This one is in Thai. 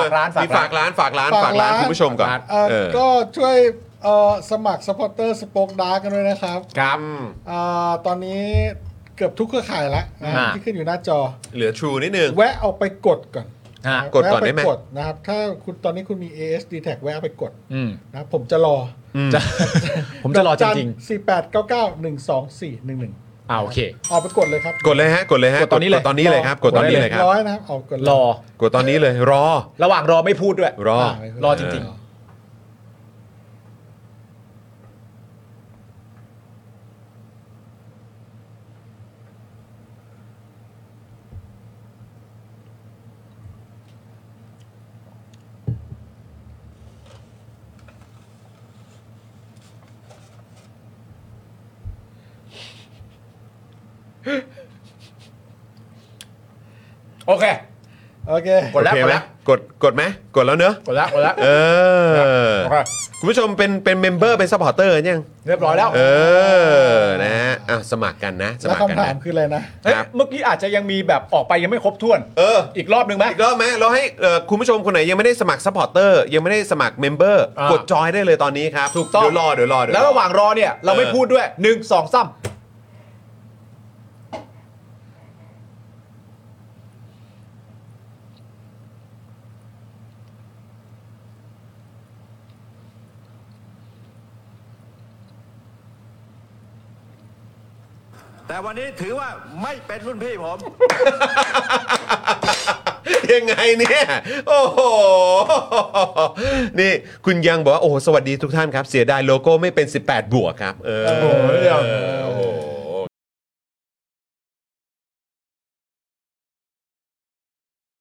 ากร้าน มีฝากร้านฝากร้านฝากร้านคุณผู้ชมก่อน เอ่อ เออ ก็ช่วยเอ่อสมัครสปอร์เตอร์สป e อ a ดาร์กันด้วยนะครับ ครับ อืม เอ่อตอนนี้เกือบทุกเครือข่ายแล้วนะ อ่า ที่ขึ้นอยู่หน้าจอ เหลือ True นิดนึง แวะเอาไปกดก่อน ฮะ กดก่อนได้ไหม แวะปกดนะครับ ถ้าคุณตอนนี้คุณมี ASD tag แวะเอาไปกด อืม นะครับผมจะรอ จะ ผมจะรอจริง สี่แปดเก้าเก้าหนึ่งสองสี่หนึ่งหนึ่ง ๆอ่าโอเค ออกไปกดเลยครับ กดเลยฮะกดเลยฮะ กดตอนนี้เลย ตอนนี้เลยครับ กดตอนนี้เลยครับ ร้อยนะครับออกกดเลย รอ กดตอนนี้เลยรอ ระหว่างรอไม่พูดด้วย รอ าไม่เป็นไ รอจริง โอเค โอเค กดแล้ว โอเคไหกดม แล้ว กดกดไหมกดแล้วเนอะ กดแล้วกดแล้ว เออ โอเค คุณผู้ชมเป็นเป็นเมมเบอร์เป็นซัพพอร์เตอร์ยัง เรียบร้อยแล้ว เออนะฮะอ่ะสมัครกันนะ ส แล้ว มัครกัน คำถา นะ มคืออะไรนะ เอ้ย ครับ เมื่อกี้อาจจะยังมีแบบออกไปยังไม่ครบถ้วน เออ อีกรอบหนึ่งไหม อีกรอบไหมเราให้เอ่อคุณผู้ชมคนไหนยังไม่ได้สมัครซัพพอร์เตอร์ยังไม่ได้สมัครเมมเบอร์ อ่าก ก ดจอยได้เลยตอนนี้ครับ ถูกต้อง เดี๋ยวรอเดี๋ยวรอเดี๋ย แล้วระหว่างรอเนี่ยเราไม่พูดด้วยหนึ่งสองสาม แต่วันนี้ถือว่าไม่เป็นรุ่นพี่ผม ยังไงเนี่ยโอ้โหนี่คุณยังบอกว่าโอ้โหสวัสดีทุกท่านครับ เสียดายโลโก้ไม่เป็น 18 บวกครับ เออ โอ้ย โอ้โห